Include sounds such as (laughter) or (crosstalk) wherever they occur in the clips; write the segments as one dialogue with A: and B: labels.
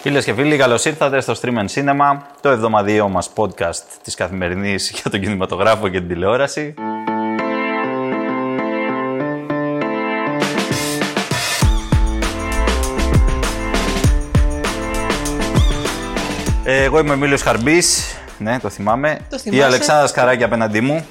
A: Φίλες και φίλοι, καλώς ήρθατε στο Stream and Cinema, το εβδομαδιαίο μας podcast της καθημερινής (laughs) για τον κινηματογράφο και την τηλεόραση. Ε, Εγώ είμαι ο Εμίλιος Χαρμπής. Ναι, το θυμάμαι.
B: Το
A: Η
B: θυμάσαι.
A: Αλεξάνδρα Σκαράκη απέναντί μου.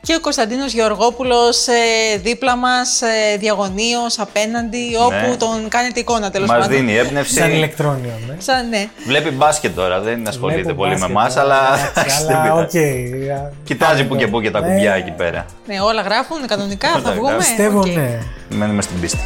B: Και ο Κωνσταντίνος Γεωργόπουλος ε, δίπλα μας, ε, διαγωνίως, απέναντι, όπου τον κάνετε εικόνα τέλος
A: Μας
B: πάντων.
A: Ναι. δίνει έμπνευση.
C: Σαν ηλεκτρόνιο, ναι.
B: Σαν, ναι.
A: Βλέπει μπάσκετ τώρα, δεν ασχολείται
C: Βλέπω
A: πολύ με εμά,
C: μπάσκετ,
A: αλλά. (laughs)
C: εντάξει,
A: δεν
C: αλλά
A: πειράζει.
C: οκ. α,
A: Κοιτάζει
C: πάμε
A: που και
C: τώρα.
A: που και τα
C: Ναι,
A: κουμπιά εκεί πέρα.
B: ναι, όλα γράφουν κανονικά, θα
A: Όλα
B: βγούμε.
C: Πιστεύω,
B: Ε, Οκ.
C: ναι.
A: Μένουμε στην πίστη.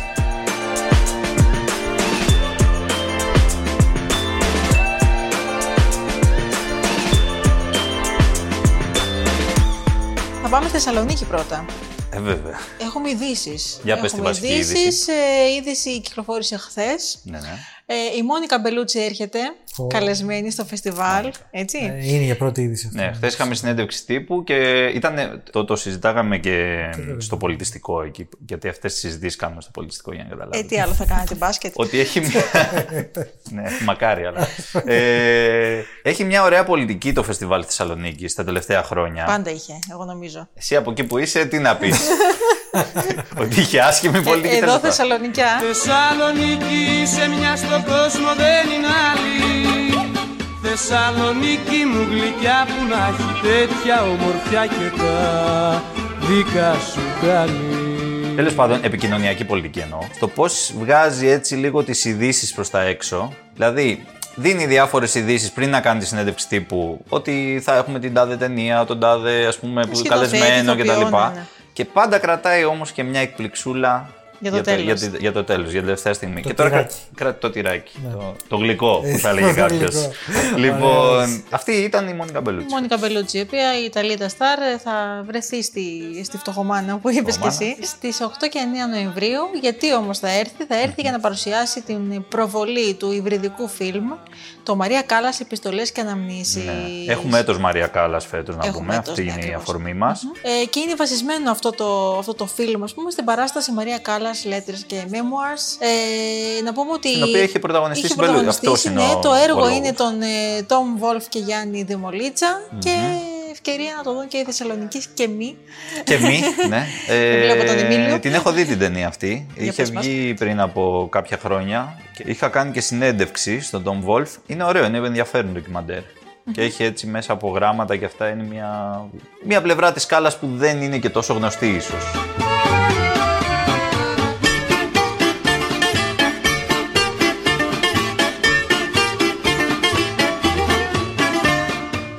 B: Θα πάμε στη Θεσσαλονίκη πρώτα.
A: Ε, βέβαια.
B: Έχουμε ειδήσεις.
A: Για πες τη βασική
B: ειδήσεις. Ε, είδηση κυκλοφόρησε χθες.
A: Ναι, ναι.
B: Ε, η Μόνικα Μπελούτσι έρχεται,
C: Ω.
B: καλεσμένη στο φεστιβάλ. Έτσι.
C: Ε, Είναι για πρώτη είδηση αυτό.
A: Ναι, χθες είχαμε συνέντευξη τύπου και ήταν, ε, το, το συζητάγαμε και στο πολιτιστικό εκεί. Γιατί αυτές τις συζητήσεις κάνουμε στο πολιτιστικό για να
B: Ε,
A: καταλάβετε.
B: τι άλλο θα κάνετε, μπάσκετ.
A: Ότι έχει
B: (laughs)
A: μια. ναι, μακάρι, αλλά. ε, έχει μια ωραία πολιτική το φεστιβάλ Θεσσαλονίκης τα τελευταία χρόνια.
B: Πάντα είχε, εγώ νομίζω.
A: Εσύ από εκεί που είσαι, τι να
B: (laughs)
A: πεις. Ότι είχε άσχημη πολιτική.
B: Ε,
A: τέλος
B: εδώ
A: πάντων.
B: Θεσσαλονικιά.
D: Θεσσαλονίκη σε μια στον κόσμο δεν είναι άλλη Θεσσαλονίκη μου γλυκιά που να έχει τέτοια ομορφιά και τα δικά σου κάνει
A: Τέλος πάντων, επικοινωνιακή πολιτική εννοώ. Το πώς βγάζει έτσι λίγο τις ειδήσεις προς τα έξω. Δηλαδή, δίνει διάφορες ειδήσεις πριν να κάνει τη συνέντευξη τύπου ότι θα έχουμε την τάδε ταινία, τον τάδε ας πούμε, που
B: Σκηνοθέτη,
A: καλεσμένο κτλ.
B: ηθοποιό, ναι, ναι.
A: Και πάντα κρατάει όμως και μια εκπληξούλα
B: Για το τέλος.
A: για, τη- για το τέλος, για την τελευταία στιγμή.
C: Το
A: και τώρα
C: τυράκι. Ναι.
A: κρα- κρατάει το τυράκι. Το, το γλυκό που θα έλεγε
C: (laughs) το
A: κάποιο.
C: γλυκό.
A: λοιπόν, αυτή ήταν η Μόνικα Μπελούτση.
B: Μόνικα Μπελούτζη, η οποία η Ιταλίδα Σταρ ε, θα βρεθεί στη, στη φτωχομάνα που είπες και
A: Φτωχομάνα.
B: εσύ στις 8 και 9 Νοεμβρίου. Γιατί όμως θα έρθει, θα έρθει για να παρουσιάσει την προβολή του υβριδικού φιλμ Το Μαρία Κάλλας Επιστολές και Αναμνήσεις.
A: Ναι. Έχουμε έτος Μαρία Κάλλας φέτος να
B: Έχουμε
A: πούμε.
B: έτος,
A: Αυτή
B: ναι,
A: είναι η
B: ακριβώς.
A: αφορμή μας.
B: Ε, και είναι βασισμένο αυτό το, αυτό το φιλμ, ας πούμε, στην παράσταση Μαρία Κάλλας, Letters και Memoirs. Ε, να πούμε ότι...
A: Στην οποία είχε πρωταγωνιστήσει
B: είχε
A: η Μπελούτζη.
B: πρωταγωνιστήσει,
A: Αυτός είναι
B: ναι,
A: ο-
B: το
A: ο
B: έργο
A: λόγος.
B: είναι των ε, Tom Wolf και Γιάννη Δημολίτσα και ευκαιρία να το δουν και οι Θεσσαλονικοί και εμεί.
A: Και μη,
B: (laughs)
A: ναι.
B: βλέπω τον Εμίλιο.
A: την έχω δει την ταινία αυτή. Είχε
B: πες μας.
A: βγει πριν από κάποια χρόνια. και Είχα κάνει και συνέντευξη στον Tom Wolf. Είναι ωραίο, είναι ενδιαφέρον ντοκιμαντέρ. Και έχει έτσι μέσα από γράμματα και αυτά είναι μια, μια πλευρά της σκάλας που δεν είναι και τόσο γνωστή ίσως.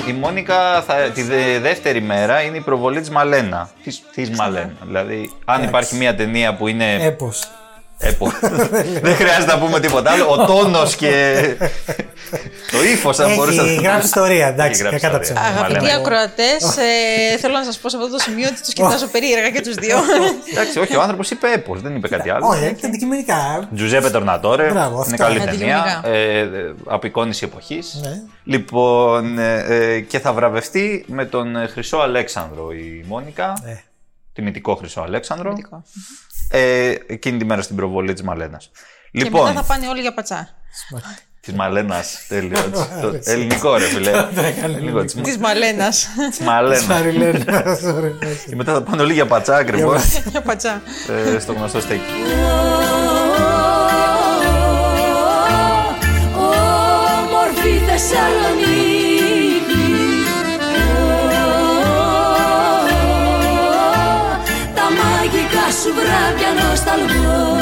A: Η Μόνικα θα, τη δε- δεύτερη μέρα είναι η προβολή της Μαλένα. Της, της Μαλένα. Δηλαδή, αν υπάρχει μια ταινία που είναι
B: Ε,
C: Έπος. (laughs)
A: Έπο. Δεν χρειάζεται να πούμε τίποτα άλλο. Ο τόνος και. το ύφος, αν μπορούσα να
C: Έχει γράψει ιστορία, εντάξει,
A: γράψει
C: κακά τα
A: ιστορία.
C: ψέματα.
A: Αγαπητοί
B: Αγαπητοί
A: Μαλένα.
B: ακροατές, ε, θέλω να σας πω σε αυτό το σημείο ότι τους κοιτάζω περίεργα και τους δύο.
A: (laughs) Εντάξει, όχι, ο άνθρωπος είπε έπος, δεν είπε κάτι άλλο.
C: Όχι, είναι αντικειμενικά.
A: Τζουζέπε Τορνατόρε.
C: Μπράβο,
A: Είναι
C: αυτό.
A: καλή ταινία.
B: Αντικειμενικά.
A: Ε, ε, απεικόνιση εποχής.
C: Ναι.
A: Λοιπόν, ε, ε, και θα βραβευτεί με τον ε, Χρυσό Αλέξανδρο η Μόνικα.
C: Ναι.
A: Τιμητικό Χρυσό Αλέξανδρο.
B: Τιμητικό.
A: Ε, εκείνη τη μέρα στην προβολή Λοιπόν, της Μαλένας.
B: και μετά θα πάνε όλοι για πατσά.
A: Της Μαλένας, τέλειο. (laughs) έτσι. Ναι, Το ελληνικό ρε (laughs) φιλέ. Λίγο της
B: Της Μαλένα.
A: (laughs) Μαλένα.
C: Σαριλένα, sorry.
A: Και μετά θα πάνε όλοι για πατσά ακριβώ
B: για πατσά.
A: στο γνωστό στέκι.
E: Όμορφη Θεσσαλονίκη Τα μάγικα σου βράδια νοσταλγώ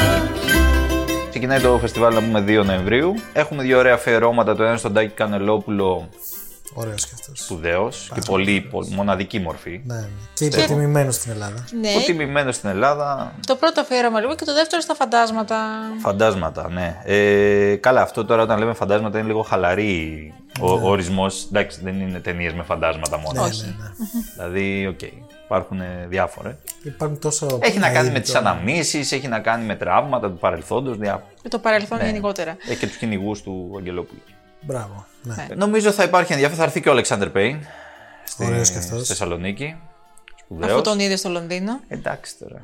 A: Ξεκινάει το φεστιβάλ να πούμε 2 Νοεμβρίου. Έχουμε δύο ωραία αφιερώματα. Το ένα στον Τάκη Κανελόπουλο,
C: Ωραίος και αυτός.
A: σπουδαίος και πολύ πο- μοναδική μορφή.
C: Ναι, ναι. Και υποτιμημένος στην Ελλάδα.
B: ναι.
A: Ο τιμημένο στην Ελλάδα.
B: Το πρώτο αφιέρωμα λοιπόν και το δεύτερο στα φαντάσματα.
A: Φαντάσματα, ναι. Ε, καλά, αυτό τώρα όταν λέμε φαντάσματα είναι λίγο χαλαρή ο, ο ορισμός. Εντάξει, δεν είναι ταινίες με φαντάσματα μόνο.
B: Όχι.
A: Δηλαδή, οκ. υπάρχουν διάφορα.
C: Υπάρχουν τόσο.
A: Έχει να κάνει με τις
C: αείμητο.
A: αναμνήσεις, έχει να κάνει με τραύματα του παρελθόντος, διάφορα.
B: Με το παρελθόν γενικότερα.
A: Έχει και τους κυνηγούς του Αγγελόπουλου.
C: Μπράβο. Ναι.
A: Νομίζω θα υπάρχει ενδιαφέρον. Θα έρθει και ο Αλεξάνδρ Πέιν στη
C: Ωραίος και αυτός.
A: στη Θεσσαλονίκη. Βεβαίως.
B: αφού τον είδες στο Λονδίνο.
A: Εντάξει τώρα.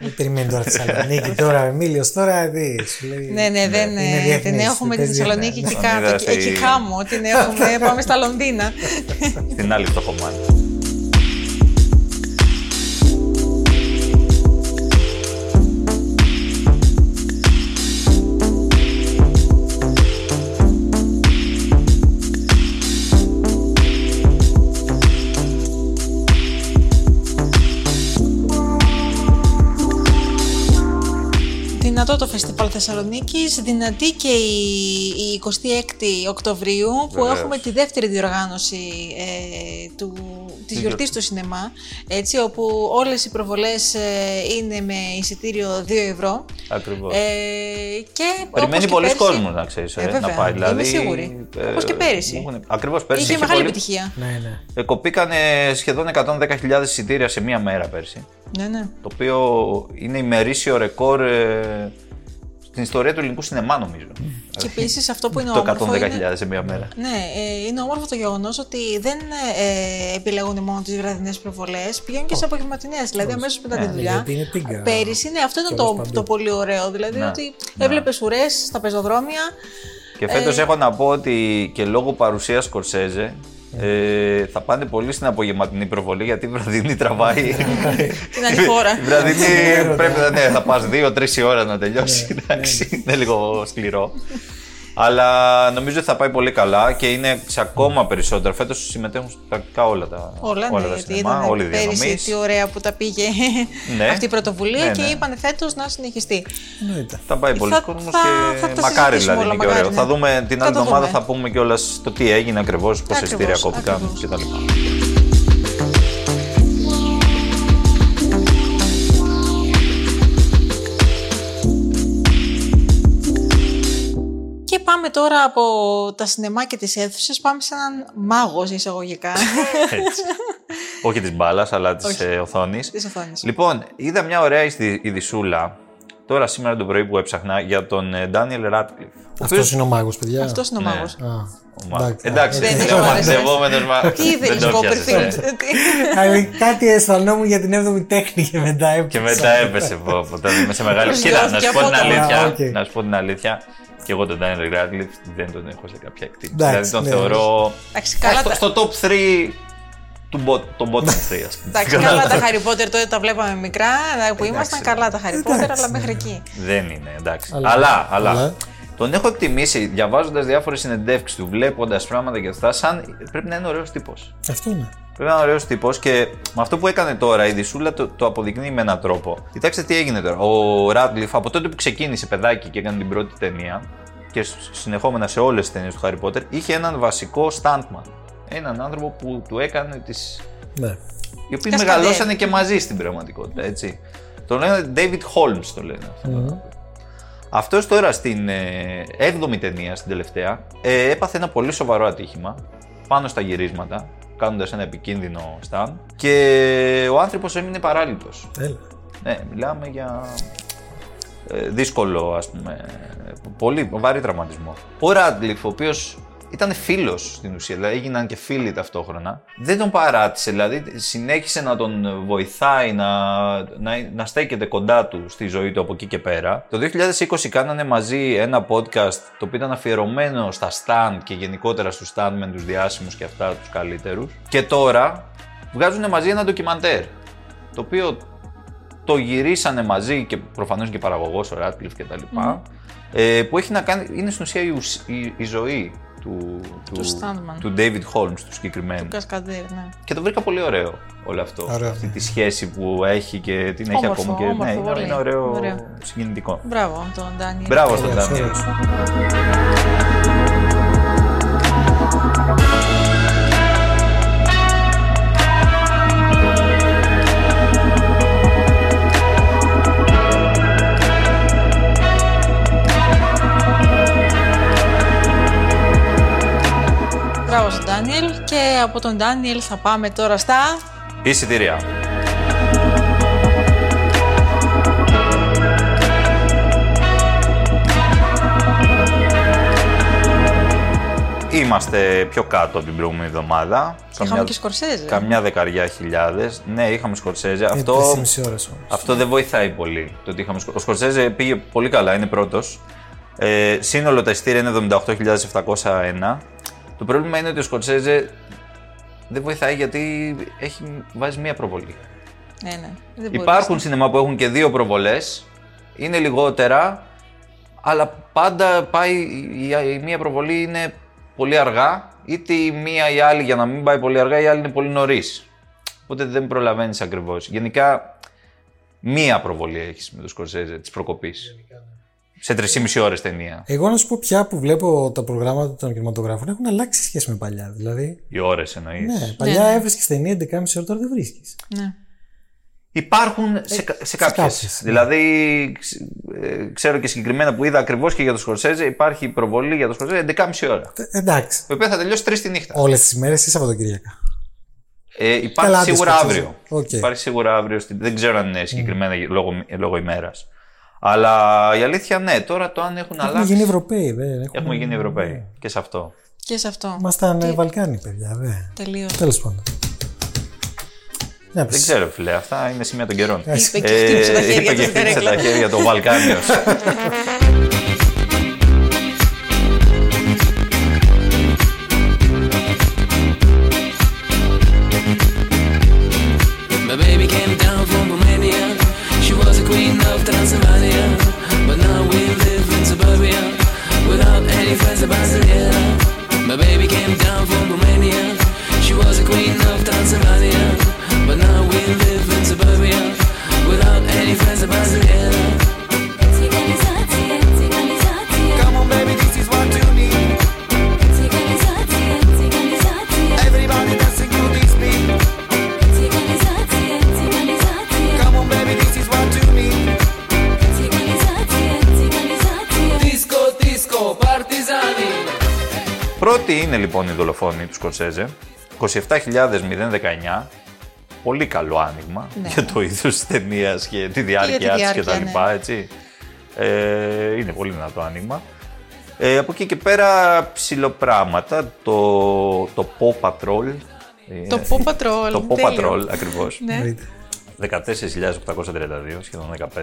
C: Μην Ε, περιμένει τώρα τη Θεσσαλονίκη. Τώρα ο Εμίλιος τώρα δει. Σου λέει,
B: Ναι, ναι, δεν,
C: Είναι
B: ε,
C: διεθνής,
B: την έχουμε τη
C: δεν παίζει
B: Θεσσαλονίκη
C: διεθνές.
B: και
A: Τον είδα
B: κάτω.
A: στη-
B: Εκεί χάμω, την έχουμε. Πάμε στα Λονδίνα.
A: Στην άλλη το κομμάτι.
B: Δυνατό το φεστιβάλ Θεσσαλονίκης, δυνατή και η, η 26η Οκτωβρίου που
A: Βεβαίως.
B: έχουμε τη δεύτερη διοργάνωση ε, του, της γιορτής του σινεμά, έτσι, όπου όλες οι προβολές ε, είναι με εισιτήριο 2 ευρώ.
A: Ακριβώς.
B: Ε, και όπως
A: Περιμένει
B: και
A: πολλοί
B: πέρσι-
A: κόσμος να ξέρεις.
B: Ε,
A: να
B: βέβαια,
A: πάει.
B: Είμαι
A: Δηλαδή,
B: σίγουρη. Όπως και πέρυσι.
A: Ακριβώ πέρυσι.
B: Είχε
A: είχε
B: μεγάλη
A: πολύ-
B: επιτυχία.
C: Ναι, ναι.
A: Ε, Κοπήκανε σχεδόν 110.000 εισιτήρια σε μία μέρα πέρσι.
B: Ναι, ναι.
A: Το οποίο είναι ημερήσιο ρεκόρ ε, στην ιστορία του ελληνικού σινεμά, νομίζω. Ε,
B: Και επίσης αυτό που είναι
A: το
B: Ναι, όμορφο.
A: 110.000
B: είναι-
A: σε μία μέρα.
B: Ναι, ε, είναι όμορφο το γεγονός ότι δεν ε, επιλέγουν μόνο τις βραδινές προβολές, πηγαίνουν και σε απογευματινές. Δηλαδή, αμέσως μετά τη δουλειά.
C: Ναι, γιατί είναι πίγκα.
B: Πέρυσι, ναι, αυτό ήταν
C: Και όλος
B: το,
C: παντού.
B: το πολύ ωραίο. Δηλαδή,
A: Ναι.
B: ότι έβλεπες ουρές στα πεζοδρόμια. Ε,
A: Και φέτος έχω να πω ότι και λόγω παρουσίας Σκορσέζε ε, θα πάνε πολύ στην απογευματινή προβολή γιατί η βραδινή τραβάει.
B: Την άλλη χώρα.
A: Η βραδινή πρέπει να ναι, θα πας 2-3 η ώρα να τελειώσει. Εντάξει, είναι λίγο σκληρό. Αλλά νομίζω ότι θα πάει πολύ καλά και είναι σε ακόμα περισσότερα. Φέτος συμμετέχουν πρακτικά όλα τα,
B: Όλα, ναι,
A: τα
B: γιατί
A: σινεμά,
B: είδαμε
A: όλοι οι
B: πέρυσι
A: διανομής.
B: τι ωραία που τα πήγε
A: Ναι.
B: (laughs) αυτή η πρωτοβουλία
A: Ναι,
B: και
A: ναι.
B: είπαν φέτος να συνεχιστεί.
C: Εννοείται.
A: Θα πάει
B: Θα-
A: πολλοί
B: θα-
A: κόσμο
B: θα
A: και
B: τα
A: μακάρι
B: συζητήσουμε
A: δηλαδή
B: όλα,
A: είναι και
B: μακάρι,
A: ωραίο.
B: ναι.
A: Θα δούμε την
B: Θα
A: άλλη
B: το
A: εβδομάδα,
B: δούμε.
A: θα πούμε κιόλας το τι έγινε ακριβώς, πόσα
B: Ακριβώς,
A: εισιτήρια κόπηκαν
B: ακριβώς.
A: κτλ.
B: Και πάμε τώρα από τα σινεμά και τις αίθουσες, πάμε σε έναν μάγος
A: (laughs)
B: σε εισαγωγικά
A: Έτσι. Όχι της μπάλας, αλλά της
B: Όχι.
A: οθόνης.
B: της οθόνης.
A: Λοιπόν, είδα μια ωραία ειδη- ειδισούλα τώρα σήμερα το πρωί που έψαχνα για τον ε, Daniel Radcliffe. ο
C: Αυτός
A: οποίος-
C: είναι ο μάγος,
A: Λοιπόν,
C: παιδιά.
B: Αυτός
A: ναι.
B: είναι ο μάγος.
C: Α,
A: ο Μα- Εντάξει,
C: Εντάξει.
B: Δεν
A: είναι
B: το
A: ο
B: άρεσε.
A: μαντευόμενος μα.
B: Τι είδε
A: δεν το
B: λίγο
A: πιάσες,
B: πριν.
A: ε.
C: Αλλά κάτι αισθανόμουν για την 7η τέχνη και μετά έπαιξα.
A: Και μετά έπεσε από από τα είμαι σε μεγάλη
B: Προσγειώθηκε
A: σκηνά. Να σου
B: από
A: πω την
B: τα-
C: Α,
A: αλήθεια.
C: οκ.
A: Να σου πω την αλήθεια. Και εγώ τον Daniel Radcliffe δεν τον έχω σε κάποια εκτίμηση. Δηλαδή
C: Εντάξει,
A: τον
C: ναι.
A: θεωρώ.
B: Εντάξει, καλά
A: Ε, στο-
B: τα-
A: Στο top 3 του bot- των bottom 3, ας πούμε.
B: Εντάξει, καλά τα Harry Potter τότε τα βλέπαμε μικρά ε, που ήμασταν. Καλά τα Harry Potter, αλλά μέχρι εκεί.
A: Δεν είναι, εντάξει. Αλλά,
C: Αλλά-
A: αλλά,
C: αλλά.
A: τον έχω εκτιμήσει διαβάζοντας διάφορες συνεντεύξεις του, βλέποντας πράγματα και αυτά. Σαν πρέπει να είναι ωραίος τύπος.
C: Αυτό είναι.
A: Πρέπει να είναι ωραίος τύπος και με αυτό που έκανε τώρα η Δισούλα το, το αποδεικνύει με έναν τρόπο. Κοιτάξτε τι έγινε τώρα. Ο Ράντλιφ από τότε που ξεκίνησε παιδάκι και έκανε την πρώτη ταινία και σ- συνεχόμενα σε όλες τις ταινίες του Χάρι Πότερ, είχε έναν βασικό στάντμαν. Έναν άνθρωπο που του έκανε τις
C: Ναι.
A: οι οποίοι
B: Κασκαδέρ.
A: μεγαλώσανε και μαζί στην πραγματικότητα, έτσι. Το λένε David Holmes, το λένε αυτό. Αυτός τώρα στην ε, 7η ταινία, στην τελευταία, ε, έπαθε ένα πολύ σοβαρό ατύχημα πάνω στα γυρίσματα, κάνοντας ένα επικίνδυνο στάν και ο άνθρωπος έμεινε παράλυτος.
C: Έλα.
A: Ναι, μιλάμε για ε, δύσκολο, ας πούμε, ε, πολύ βαρύ τραυματισμό. Ο Ράντλιφ, ο οποίος ήταν φίλος στην ουσία, δηλαδή έγιναν και φίλοι ταυτόχρονα, δεν τον παράτησε, δηλαδή συνέχισε να τον βοηθάει, να, να, να στέκεται κοντά του στη ζωή του από εκεί και πέρα. Το 2020 κάνανε μαζί ένα podcast το οποίο ήταν αφιερωμένο στα stand και γενικότερα στους stand με τους διάσημους και αυτά τους καλύτερους. Και τώρα βγάζουν μαζί ένα ντοκιμαντέρ, το οποίο το γυρίσανε μαζί και προφανώς και παραγωγός ο Ράτκλιφ και τα λοιπα ε, που έχει να κάνει, είναι στην ουσία η, ουσ- η- η ζωή του,
B: Του Στάντμαν.
A: του David Holmes του συγκεκριμένου.
B: Του Κασκαντέρ, ναι.
A: Και το βρήκα πολύ ωραίο όλο αυτό.
C: Ωραίο.
A: Αυτή τη σχέση που έχει και την έχει
B: Όμορφο,
A: ακόμα και
B: όμορφο,
A: ναι, είναι,
B: πολύ.
A: είναι ωραίο,
B: Ωραίο.
A: συγκινητικό.
B: Μπράβο, τον Ντάνιελ.
A: Μπράβο στον
C: Ωραίος,
A: Ντάνιελ.
C: ωραίος.
B: Μπράβο στον Ντάνιελ. Και από τον Ντάνιελ θα πάμε τώρα στα.
A: Εισιτήρια. Η είμαστε πιο κάτω από την προηγούμενη εβδομάδα.
B: και Σκορσέζε.
A: Καμιά δεκαριά χιλιάδες. Ναι, είχαμε Σκορσέζε.
C: Αυτό...
A: Αυτό,
C: μισή ώρες όμως.
A: αυτό δεν βοηθάει πολύ. Το ότι είχαμε... Σκο- Ο Σκορσέζε πήγε πολύ καλά, είναι πρώτος. Ε, σύνολο τα ειστήρια είναι 78.701. Το πρόβλημα είναι ότι ο Σκορσέζε δεν βοηθάει γιατί έχει βάζει μία προβολή.
B: Ναι, ναι. Δεν μπορείς.
A: Υπάρχουν σινεμά που έχουν και δύο προβολές. Είναι λιγότερα, αλλά πάντα πάει. Η, η μία προβολή είναι πολύ αργά, είτε η μία ή η άλλη για να μην πάει πολύ αργά, η άλλη είναι πολύ νωρίς. Οπότε δεν προλαβαίνεις ακριβώς. Γενικά, μία προβολή έχεις με το Σκορσέζε της προκοπής. Σε 3,5 ώρες ταινία.
C: Εγώ να σου πω πια που βλέπω τα προγράμματα των κινηματογράφων έχουν αλλάξει σχέση με παλιά. Δηλαδή,
A: Οι ώρες εννοείς.
C: ναι, παλιά έβρισκες ταινία 11,5 ώρα, τώρα δεν βρίσκεις.
B: Ναι.
A: Υπάρχουν σε, κα- σε κάποιε.
C: Ε, κάποιες, ναι.
A: Δηλαδή, ξ- ε, ξέρω και συγκεκριμένα που είδα ακριβώς και για το Σκορσέζε, υπάρχει προβολή για το Σκορσέζε 11,5 ώρα.
C: Ε, Εντάξει.
A: Η οποία θα τελειώσει 3 τη νύχτα.
C: Όλες τις ημέρε ή Σαββατοκύριακα.
A: Ε, υπάρχει
C: Καλά,
A: σίγουρα
C: αντίστοιχα,
A: αύριο.
C: οκ.
A: Υπάρχει σίγουρα αύριο. στην- Δεν ξέρω αν είναι συγκεκριμένα λόγω, λόγω ημέρας. Αλλά η αλήθεια ναι, τώρα το αν έχουν
C: Έχουμε
A: αλλάξει.
C: γίνει Ευρωπαίοι, δεν έχουμε.
A: Έχουμε γίνει Ευρωπαίοι και σε αυτό.
B: Και σε αυτό.
C: Ήμασταν ε, Βαλκάνοι, παιδιά, δε.
B: Τελείως.
C: Τέλος πάντων. Να
A: Δεν
C: πεις.
A: ξέρω, φίλε, αυτά είναι σημεία των καιρών.
B: Είπε και χτύπησε τα
A: Ε,
B: χέρια
A: είπε
B: του
A: και
B: στην
A: χτύπησε τα
B: καρέκλα.
A: χέρια των Βαλκάνιο.
F: My baby came down from Romania. She was a queen of Transylvania. But now we live in suburbia without any friends about Barcelona. My baby came down from Romania. She was a queen of Transylvania. But now we live in suburbia without any friends about Barcelona.
E: Цигализация, цигализация,
D: Come on, baby, this is what you need.
E: цигализация, цигализация,
D: Everybody dancing to this beat.
E: цигализация, цигализация,
D: Come on, baby, this is what you need.
E: цигализация, цигализация.
F: Disco, disco, partizani.
A: Πρώτη είναι λοιπόν η δολοφόνη του Σκορσέζε. 27.019. Πολύ καλό άνοιγμα
B: Ναι.
A: για το είδο τη ταινίας και τη
B: Και για
A: διάρκεια
B: τη
A: τη
B: διάρκεια,
A: κτλ.
B: ναι.
A: Έτσι. Ε, είναι πολύ δυνατό άνοιγμα. Ε, από εκεί και πέρα ψηλοπράγματα. Το, το Paw Patrol. ε,
B: Το Paw Patrol,
A: Το Paw
B: τέλειο.
A: Patrol ακριβώς.
B: Ναι.
C: Μπορείτε.
A: 14.832, σχεδόν 15.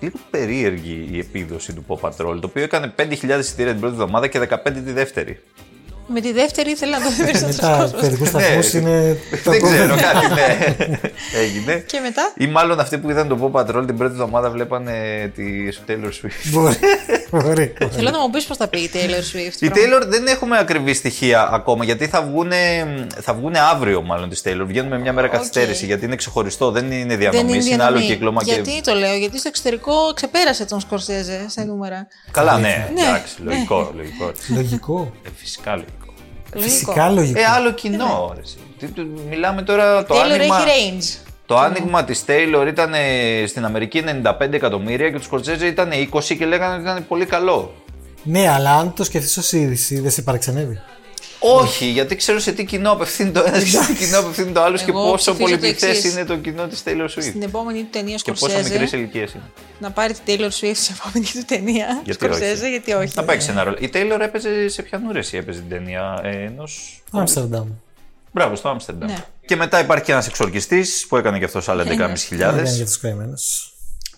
A: Λίγο περίεργη η επίδοση του Paw Patrol, το οποίο έκανε 5.000 εισιτήρια την πρώτη εβδομάδα και 15 τη δεύτερη.
B: Με τη δεύτερη ήθελα να το δει περισσότερο
C: Ε, Μετά
B: κόσμο.
C: παιδικού
A: (laughs)
C: σταθμού είναι. τα
A: Ναι, Δεν (laughs) ξέρω,
C: πρώτα.
A: κάτι ναι. έγινε.
B: Και μετά?
A: Ή μάλλον αυτοί που είδαν το Paw Patrol την πρώτη εβδομάδα βλέπανε τη Taylor Swift.
C: Μπορεί. Μπορεί.
B: Θέλω να μου πεις πώς θα πει η Taylor Swift.
A: Η
B: πράγμα.
A: Taylor δεν έχουμε ακριβή στοιχεία ακόμα γιατί θα βγουν, θα βγουνε αύριο μάλλον της Taylor. Βγαίνουν με μια μέρα
B: Οκ.
A: καθυστέρηση γιατί είναι ξεχωριστό, δεν είναι διανομή,
B: Δεν είναι
A: άλλο
B: διανομή.
A: κύκλωμα.
B: Γιατί
A: Και...
B: το λέω, γιατί στο εξωτερικό ξεπέρασε τον Σκορσέζε σε νούμερα.
A: Καλά, ναι,
B: Ναι,
A: εντάξει,
B: ναι.
A: λογικό, λογικό.
C: Λογικό.
A: Ε, φυσικά λογικό.
B: Λογικό.
C: Φυσικά λογικό.
A: Ε, άλλο κοινό. ρε, εσύ. Τι- τι- Μιλάμε τώρα το
B: Taylor
A: άνοιγμα.
B: έχει range.
A: Το άνοιγμα της Taylor ήταν ε, στην Αμερική 95 εκατομμύρια και τους Σκορτζέζε ήταν 20 και λέγανε ότι ήταν πολύ καλό.
C: Ναι, αλλά αν το σκεφτείς ως είδηση, δεν σε παραξενεύει.
A: Όχι, γιατί ξέρω σε τι κοινό απευθύνει το ένας και σε τι κοινό απευθύνει το άλλος και
B: Εγώ
A: πόσο
B: ψηφίζω το
A: πολυπληθέ
B: εξής.
A: είναι το κοινό της Taylor Swift.
B: Στην επόμενη του ταινία
A: Ε. Και πόσο μικρέ
B: Σκορσέζε
A: ηλικίε είναι.
B: να πάρει τη Taylor Swift σε επόμενη του ταινία.
A: Γιατί
B: Σκορσέζε,
A: όχι.
B: γιατί Ε, όχι.
A: Να παίξει ένα ρόλο. Η Taylor έπαιζε σε ποια νούρεση έπαιζε την ταινία ε, ενός.
C: Άμστερνταμ.
A: Μπράβο, στο Άμστερνταμ.
B: Ναι.
A: Και μετά υπάρχει και ένα εξορκιστή που έκανε και αυτός άλλα 11.500.
C: Δεν είναι
B: Ναι,
C: για τους καημένους.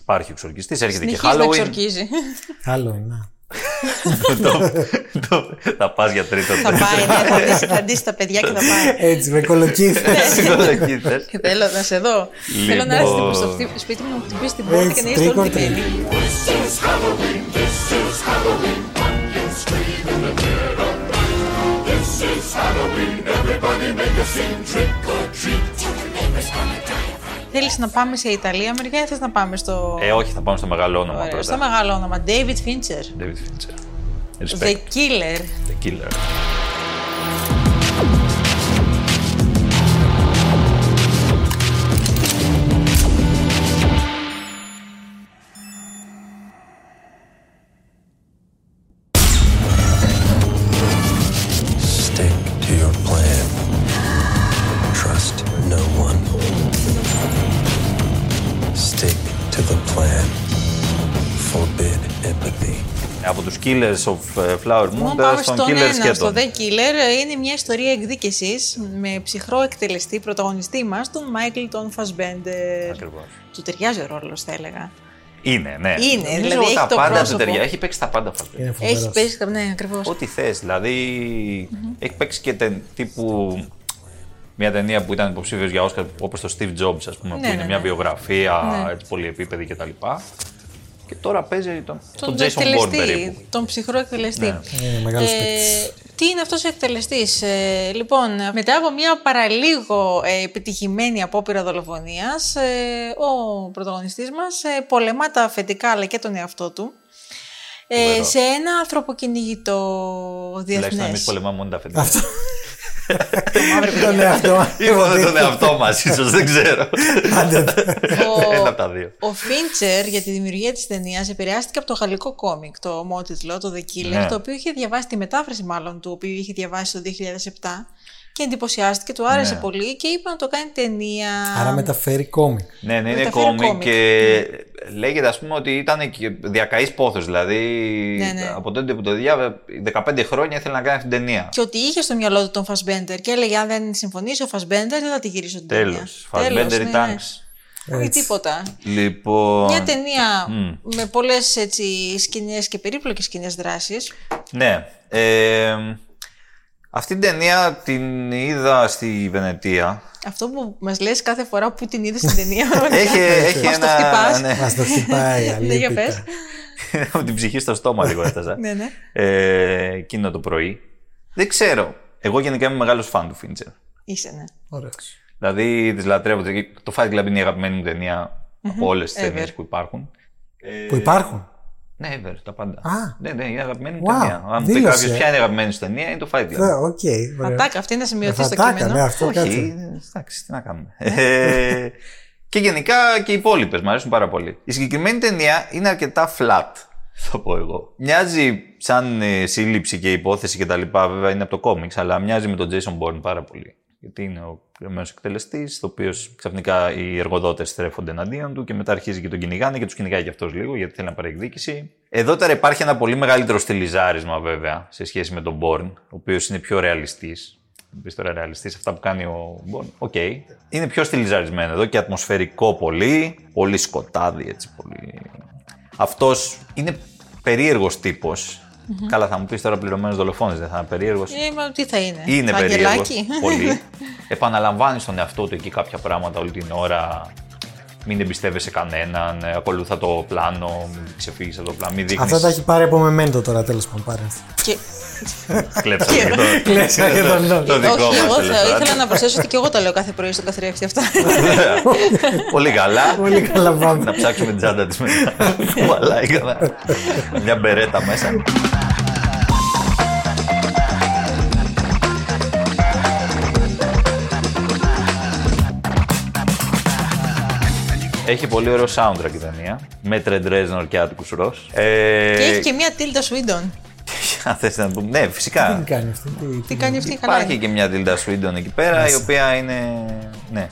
A: Υπάρχει εξορκιστή, έρχεται και
B: Συνεχίζει να
A: Halloween.
B: εξορκίζει.
C: Άλλο ένα.
A: (laughs) Το- το- Θα πας για τρίτο.
B: θα πάει, ναι, θα ντύσει- θα ντύσει τα παιδιά και θα πάει.
C: Έτσι, με
A: Ναι.
C: κολοκύθες.
A: (laughs) Συγχωρείτε.
B: Και θέλω να σε δω. Θέλω να έρθεις
A: Λοιπόν.
B: στο σπίτι- σπίτι μου να μου χτυπήσεις την πόρτα και να
C: Έτσι,
B: είσαι όλη την
C: τρίκορτα.
B: πύλη. Θέλεις να πάμε σε Ιταλία μερικά ή θες να πάμε στο...
A: Ε, όχι, θα πάμε στο μεγάλο όνομα
B: Ωραία, στο
A: πρώτα.
B: μεγάλο όνομα. David Fincher.
A: David Fincher.
B: The
A: Respect
B: Killer.
A: the killer.
G: Stick to your plan. Trust no one. Stick to the plan. Forbid empathy.
A: Από τους Killers of ε, Flower
B: Λοιπόν,
A: Moon
B: πάμε
A: στον
B: στον
A: Killer
B: ένα,
A: Skeleton.
B: στο The Killer. Είναι μια ιστορία εκδίκησης με ψυχρό εκτελεστή πρωταγωνιστή μας, τον Μάικλ τον Fassbender.
A: Ακριβώς.
B: Του ταιριάζει ο ρόλος, θα έλεγα.
A: Είναι, ναι.
B: Είναι,
A: Νομίζω
B: δηλαδή,
A: ότι
B: έχει
A: τα
B: το
A: πάντα
B: πρόσωπο.
A: του ταιριάζει. Έχει παίξει τα πάντα φαντάζομαι.
C: Είναι
B: Έχει
C: φοβερό.
B: παίξει, ναι, ακριβώς.
A: Ό,τι θες, δηλαδή, Έχει παίξει και τεν, τύπου. Μια ταινία που ήταν υποψήφιος για Όσκαρ, όπως το Steve Jobs, ας πούμε,
B: Ναι,
A: που είναι
B: ναι,
A: μια
B: ναι.
A: βιογραφία
B: Ναι.
A: έτσι, πολυεπίπεδη κτλ. Και τώρα παίζει τον, τον, Jason Bourne
B: εκτελεστή,
A: περίπου.
B: Τον ψυχρό εκτελεστή. Ε,
A: Ναι.
C: Είναι μεγάλος παίκτης.
B: τι είναι αυτός ο εκτελεστής. Ε, λοιπόν, μετά από μια παραλίγο ε, επιτυχημένη απόπειρα δολοφονίας, ε, ο πρωταγωνιστής μας ε, πολεμά τα αφεντικά αλλά και τον εαυτό του ε,
A: Φοβερό.
B: σε ένα ανθρωποκυνηγητό
A: Τουλάχιστον να
B: διεθνές.
A: μην πολεμάμε μόνο τα αφεντικά.
C: Αυτό. Τον εαυτό μας.
A: Ή μόνο τον εαυτό μας, ίσως δεν ξέρω.
C: Άντε το.
B: Ο-
A: Ένα από τα δύο.
B: Ο Φίντσερ για τη δημιουργία της ταινίας επηρεάστηκε από το γαλλικό κόμικ, το ομότιτλο, το The Killer,
A: Ναι.
B: το οποίο είχε διαβάσει τη μετάφραση μάλλον του, οποίου είχε διαβάσει το 2007 και εντυπωσιάστηκε, του άρεσε
A: Ναι.
B: πολύ και είπε να το κάνει ταινία.
C: Άρα μεταφέρει κόμικ.
A: Ναι, ναι, είναι
B: Μεταφέρει
A: κόμικ
B: κόμικ.
A: και λέγεται ας πούμε ότι ήταν και διακαής πόθος, δηλαδή
B: Ναι, ναι.
A: από τότε που το διάβα 15 χρόνια ήθελε να κάνει αυτή την ταινία.
B: Και ότι είχε στο μυαλό του τον Fassbender και έλεγε: Αν δεν συμφωνήσει ο Fassbender, δεν θα τη γυρίσω την ταινία.
A: Τέλος, Fassbender
B: ναι,
A: ή
B: ναι.
A: Tanks.
B: Ή
C: Έτσι.
B: τίποτα.
A: Λοιπόν,
B: Μια ταινία
A: Μμ.
B: με πολλές σκηνές και περίπλοκες σκηνές δράση.
A: ναι, ε, αυτή την ταινία την είδα στη Βενετία.
B: Αυτό που μας λες κάθε φορά που την είδες στην
A: (laughs)
B: ταινία.
A: έχει έχει
B: Μας το
A: ένα...
B: χτυπάς.
A: Ναι,
C: Μας το χτυπάει
B: Ναι, για πες.
C: αλήθεια.
A: από την ψυχή στο στόμα λίγο έφτασα.
B: (laughs) Ναι, ναι.
A: ε, εκείνο το πρωί. Δεν ξέρω. Εγώ γενικά είμαι μεγάλος φαν του Φίντσερ.
B: Είσαι, ναι.
C: Ωραίος.
A: Δηλαδή τις λατρεύω. Το Fight Club είναι η αγαπημένη μου ταινια από όλες τις
B: Ever.
A: ταινίες που υπάρχουν. Ε,
C: Που υπάρχουν.
A: Ναι, ever, τα πάντα.
C: Α.
A: Ναι, ναι, είναι η αγαπημένη μου
C: Wow,
A: ταινία. Αν μου πει
C: δήλωσε.
A: κάποιος ποια είναι η αγαπημένη σου ταινία, είναι το Fight Club.
C: Ε, Οκ. ωραίο.
B: Ατάκα, αυτή να σημειωθεί
C: Ε,
B: στο
C: φατάκα,
B: κείμενο.
C: ναι, αυτό
A: Όχι,
C: κάτσε.
A: εντάξει, τι να κάνουμε. Ε, και γενικά και οι υπόλοιπες μου αρέσουν πάρα πολύ. Η συγκεκριμένη ταινία είναι αρκετά flat, θα πω εγώ. Μοιάζει σαν ε, σύλληψη και υπόθεση και τα λοιπά, βέβαια είναι από το κόμιξ, αλλά μοιάζει με τον Jason Bourne πάρα πολύ. Γιατί είναι ο κρυμμένο εκτελεστής, το οποίος ξαφνικά οι εργοδότες στρέφονται εναντίον του και μετά αρχίζει και τον κυνηγάνε και τους κυνηγάει και αυτός λίγο γιατί θέλει να πάρει εκδίκηση. Εδώ τώρα υπάρχει ένα πολύ μεγαλύτερο στυλιζάρισμα βέβαια σε σχέση με τον Bourne, ο οποίος είναι πιο ρεαλιστής. Μπει τώρα ρεαλιστής αυτά που κάνει ο Μπον. Οκ. Είναι πιο στυλιζαρισμένο εδώ και ατμοσφαιρικό πολύ. Πολύ σκοτάδι έτσι. Πολύ... Αυτός είναι περίεργος Καλά, θα μου πεις τώρα πληρωμένος δολοφόνο, δεν θα είναι περίεργος.
B: Ε, μα τι θα είναι.
A: Είναι
B: θα
A: περίεργο.
B: αγγελάκι. (laughs)
A: Πολύ. Επαναλαμβάνεις στον εαυτό του εκεί κάποια πράγματα όλη την ώρα. Μην εμπιστεύεσαι κανέναν. ε, Ακολούθα το πλάνο. Μην ξεφύγεις από το πλάνο. Μην δείχνεις.
C: Αυτά τα έχει πάρει από μεμέντο τώρα τέλος πάντων πάρε.
B: Και-
A: Κλέψα και το-
C: (laughs) Κλέψα και τον
A: το
C: νόμο.
A: δικό
B: Όχι,
A: μας.
B: εγώ θα ήθελα να προσθέσω ότι και εγώ τα λέω κάθε πρωί στον καθρέφτη αυτά.
A: (laughs) Πολύ καλά.
C: Πολύ καλά
A: Να
C: πάμε.
A: ψάξουμε την τσάντα της
B: (laughs)
A: μετά. Κουβαλάει καλά. Μια μπερέτα μέσα. Έχει πολύ ωραίο soundtrack η ταινία. Με Trent Reznor και Atticus Ross. Ε,
B: και έχει και μία Tilda Swinton.
A: (laughs) αν θες να πούμε. Ναι,
C: Τι
A: φυσικά.
C: κάνει αυτή.
B: Τι κάνει αυτή η
A: Υπάρχει
B: χαλάρη.
A: και μια Tilda Swinton εκεί πέρα, η οποία είναι. Ναι.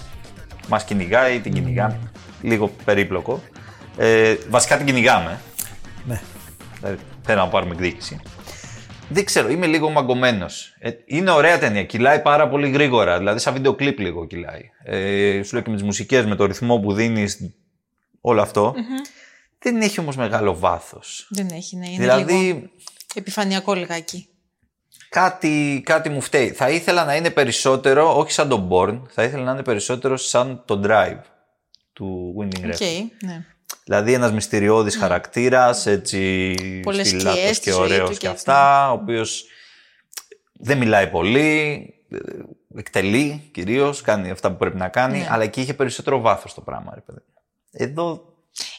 A: Μας κυνηγάει, την κυνηγάμε. Λίγο περίπλοκο. Ε, βασικά την κυνηγάμε.
C: Ναι.
A: Δηλαδή, θέλω να πάρουμε εκδίκηση. Δεν ξέρω, είμαι λίγο μαγκωμένος. Ε, είναι ωραία ταινία, κυλάει πάρα πολύ γρήγορα. Δηλαδή, σαν βίντεο κλιπ λίγο κυλάει. Ε, σου λέω και με τις μουσικές, με το ρυθμό που δίνει, όλο αυτό. Δεν έχει όμως μεγάλο βάθος.
B: Δεν έχει, ναι. Είναι
A: Δηλαδή,
B: λίγο επιφανειακό λιγάκι.
A: κάτι, κάτι μου φταίει. Θα ήθελα να είναι περισσότερο, όχι σαν τον Born, θα ήθελα να είναι περισσότερο σαν τον Drive του Winning Refn.
B: Οκ, ναι.
A: Δηλαδή ένας μυστηριώδης χαρακτήρας, έτσι
B: Πολλές
A: στυλάτος
B: σκιές στη
A: και
B: ζωή
A: ωραίος
B: του
A: και
B: και
A: αυτά, ο οποίος δεν μιλάει πολύ, ε, εκτελεί κυρίως, κάνει αυτά που πρέπει να κάνει,
B: Ναι.
A: αλλά εκεί είχε περισσότερο βάθος το πράγμα, ρε παιδί. Εδώ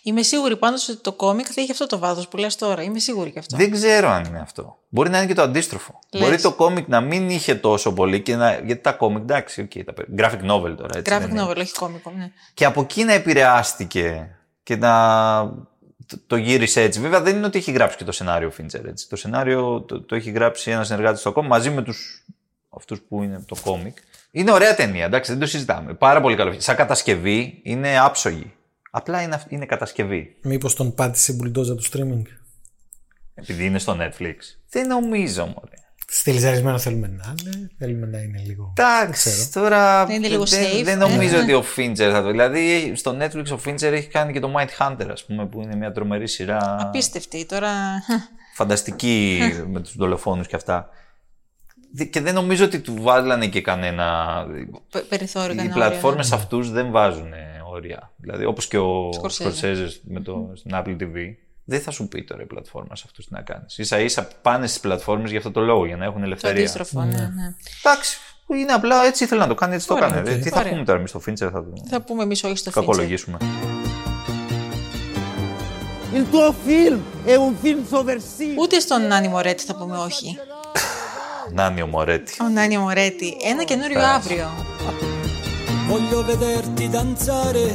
B: Είμαι σίγουρη πάντως ότι το κόμικ θα έχει αυτό το βάθος που λες τώρα. Είμαι σίγουρη γι' αυτό.
A: Δεν ξέρω αν είναι αυτό. Μπορεί να είναι και το αντίστροφο.
B: Λες.
A: Μπορεί το κόμικ να μην είχε τόσο πολύ και να... γιατί τα κόμικ, εντάξει, okay, τα... περι- graphic novel τώρα. Έτσι, δεν
B: Graphic
A: είναι.
B: novel, όχι κόμικο, ναι.
A: Και από εκεί να επηρεάστηκε και να το- το γύρισε έτσι. Βέβαια δεν είναι ότι έχει γράψει και το σενάριο ο Φίντσερ. Έτσι. Το σενάριο το, το έχει γράψει ένας συνεργάτης στο κόμικ μαζί με τους αυτούς που είναι το κόμικ. Είναι ωραία ταινία, εντάξει, δεν το συζητάμε. Πάρα πολύ καλό. Σαν κατασκευή είναι άψογη. Απλά είναι, αυ- είναι κατασκευή.
C: Μήπως τον πάτησε η μπουλντόζα του streaming.
A: Επειδή είναι στο Netflix. Δεν νομίζω, μωρέ.
C: Στυλιζαρισμένο θέλουμε να είναι, θέλουμε να είναι λίγο.
A: Εντάξει, τώρα
B: Είναι λίγο safe,
A: δεν, δεν
B: ε.
A: νομίζω ότι ο Fincher θα το... Δηλαδή στο Netflix ο Fincher έχει κάνει και το Might Hunter, ας πούμε, που είναι μια τρομερή σειρά
B: Απίστευτη τώρα. (laughs)
A: φανταστική με τους δολοφόνους και αυτά. Δε- Και δεν νομίζω ότι του βάλανε και κανένα...
B: Πε- Περιθώριο
A: Οι
B: κανένα. όριο, ναι.
A: πλατφόρμες αυτούς δεν βάζουν όρια. Δηλαδή όπως και ο
B: Σκορσέζε.
A: Σκορσέζες με το στην Apple TV. Δεν θα σου πει τώρα η πλατφόρμα σε αυτούς τι να κάνεις. Ίσα ίσα πάνε στις πλατφόρμες για αυτό το λόγο, για να έχουν
B: Το
A: ελευθερία.
B: αντίστροφο, ναι. ναι.
A: Εντάξει, είναι απλά έτσι ήθελε να το κάνει, έτσι το
B: Ωραία,
A: έκανε.
B: οκ.
A: Τι θα
B: Ωραία.
A: πούμε τώρα εμείς στο Fincher, θα το
B: Θα πούμε εμείς όχι στο Fincher.
A: κακολογήσουμε.
H: Il tuo film è un film sovversivo.
B: Ούτε στον Νάνι Μωρέτη θα πούμε όχι.
A: Νάνιο Μωρέτη.
B: Ο Νάνι Μωρέτη. Ένα καινούριο
A: Πέρασε.
B: αύριο.
H: Voglio vederti danzare.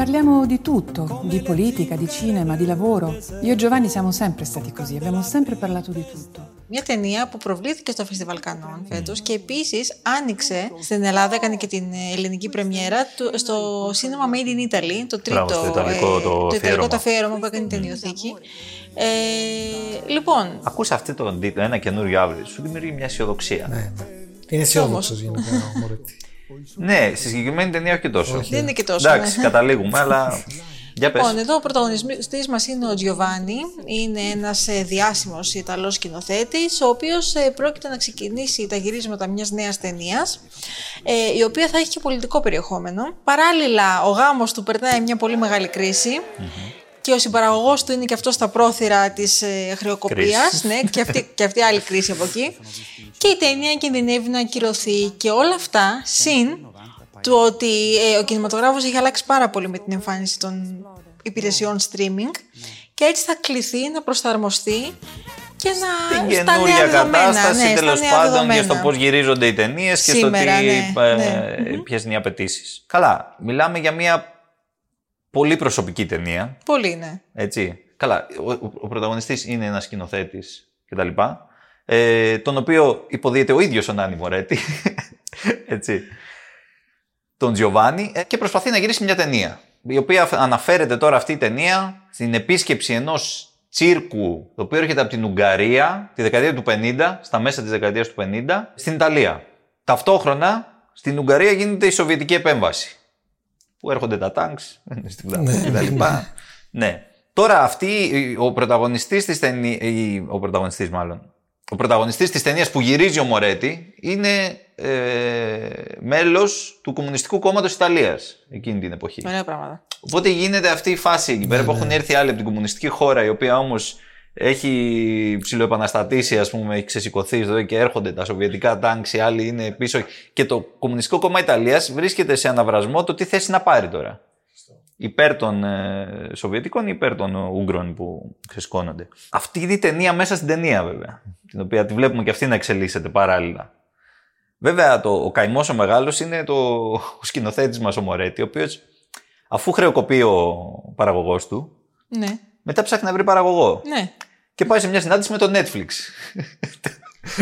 I: Parliamo di tutto, di politica, di cinema, di lavoro. Io e Giovanni siamo sempre stati così, abbiamo sempre parlato di tutto.
B: Μια ταινία που προβλήθηκε στο Φεστιβάλ Κανών φέτος και επίσης άνοιξε στην Ελλάδα, έκανε και την ε, ελληνική πρεμιέρα του, στο σύνομα Made in Italy, το τρίτο.
A: Μπράβο, στο ιταλικό το αφιέρωμα.
B: ιταλικό το αφιέρωμα που έκανε η ταινιοθήκη. Ε, λοιπόν,
A: Ακούς αυτή τον τίτλο, ένα καινούριο αύριο. Σου δημιουργεί μια αισιοδοξία. Ναι,
C: Είναι αισιόδοξος γενικά ο Μωρέτη.
A: Ναι, στη συγκεκριμένη ταινία όχι και τόσο.
B: Δεν είναι και τόσο,
A: Εντάξει,
B: ναι.
A: καταλήγουμε,
B: (laughs)
A: αλλά. Για πες.
B: Λοιπόν, εδώ ο πρωταγωνιστής μας είναι ο Giovanni, είναι ένας ε, διάσημος Ιταλός σκηνοθέτης, ο οποίος ε, πρόκειται να ξεκινήσει τα γυρίσματα μιας νέας ταινίας, ε, η οποία θα έχει και πολιτικό περιεχόμενο. Παράλληλα, ο γάμος του περνάει μια πολύ μεγάλη κρίση και ο συμπαραγωγός του είναι και αυτός στα πρόθυρα της ε, χρεοκοπίας,
A: Κρίσης.
B: ναι, και αυτή, και αυτή άλλη κρίση από εκεί. Και η ταινία κινδυνεύει να ακυρωθεί και όλα αυτά, συν του ότι ε, ο κινηματογράφος έχει αλλάξει πάρα πολύ με την εμφάνιση των υπηρεσιών streaming και έτσι θα κληθεί να προσαρμοστεί και να
A: Στην
B: στα νέα
A: καινούργια
B: δεδομένα,
A: κατάσταση
B: ναι, στα
A: τέλος
B: νέα
A: πάντων
B: δεδομένα.
A: και στο πώς γυρίζονται οι ταινίες και στο τι,
B: Σήμερα, ναι,
A: ε,
B: ναι.
A: ποιες είναι οι απαιτήσεις. Καλά, μιλάμε για μια πολύ προσωπική ταινία.
B: Πολύ είναι.
A: Έτσι. Καλά, ο, ο, ο πρωταγωνιστής είναι ένας σκηνοθέτης κτλ. Ε, τον οποίο υποδίεται ο ίδιος ο Νάνι Μωρέτη. (laughs) έτσι. Τον Τζιοβάνι ε, και προσπαθεί να γυρίσει μια ταινία. Η οποία αφ- αναφέρεται τώρα αυτή η ταινία στην επίσκεψη ενός τσίρκου το οποίο έρχεται από την Ουγγαρία τη δεκαετία του 50, στα μέσα της δεκαετίας του 50, στην Ιταλία. Ταυτόχρονα στην Ουγγαρία γίνεται η Σοβιετική επέμβαση που έρχονται τα τάγκ, στην Βουδαπέστη και τα λοιπά. ναι. Τώρα αυτή, ο πρωταγωνιστής της ταινία, ο πρωταγωνιστής μάλλον, ο πρωταγωνιστής της ταινίας που γυρίζει ο Μωρέτη είναι ε, μέλος του Κομμουνιστικού Κόμματος Ιταλίας εκείνη την εποχή.
B: Ωραία πράγματα.
A: Οπότε γίνεται αυτή η φάση εκεί πέρα που έχουν έρθει άλλοι από την κομμουνιστική χώρα, η οποία όμως έχει ψηλοεπαναστατήσει, ας πούμε, έχει ξεσηκωθεί εδώ και έρχονται τα σοβιετικά τάγκ, οι άλλοι είναι πίσω. Και το Κομμουνιστικό Κόμμα Ιταλίας βρίσκεται σε αναβρασμό το τι θέση να πάρει τώρα. Υπέρ των ε, Σοβιετικών ή υπέρ των ε, Ούγγρων που ξεσκώνονται. Αυτή είναι η ταινία μέσα στην ταινία, βέβαια. Την οποία τη βλέπουμε και αυτή να εξελίσσεται παράλληλα. Βέβαια, το, ο καημός ο μεγάλος είναι το, ο σκηνοθέτης μας ο Μωρέτη, ο οποίος αφού χρεοκοπεί ο παραγωγός του,
B: Ναι,
A: μετά ψάχνει να βρει παραγωγό.
B: ναι.
A: Και πάει σε μια συνάντηση με το Netflix.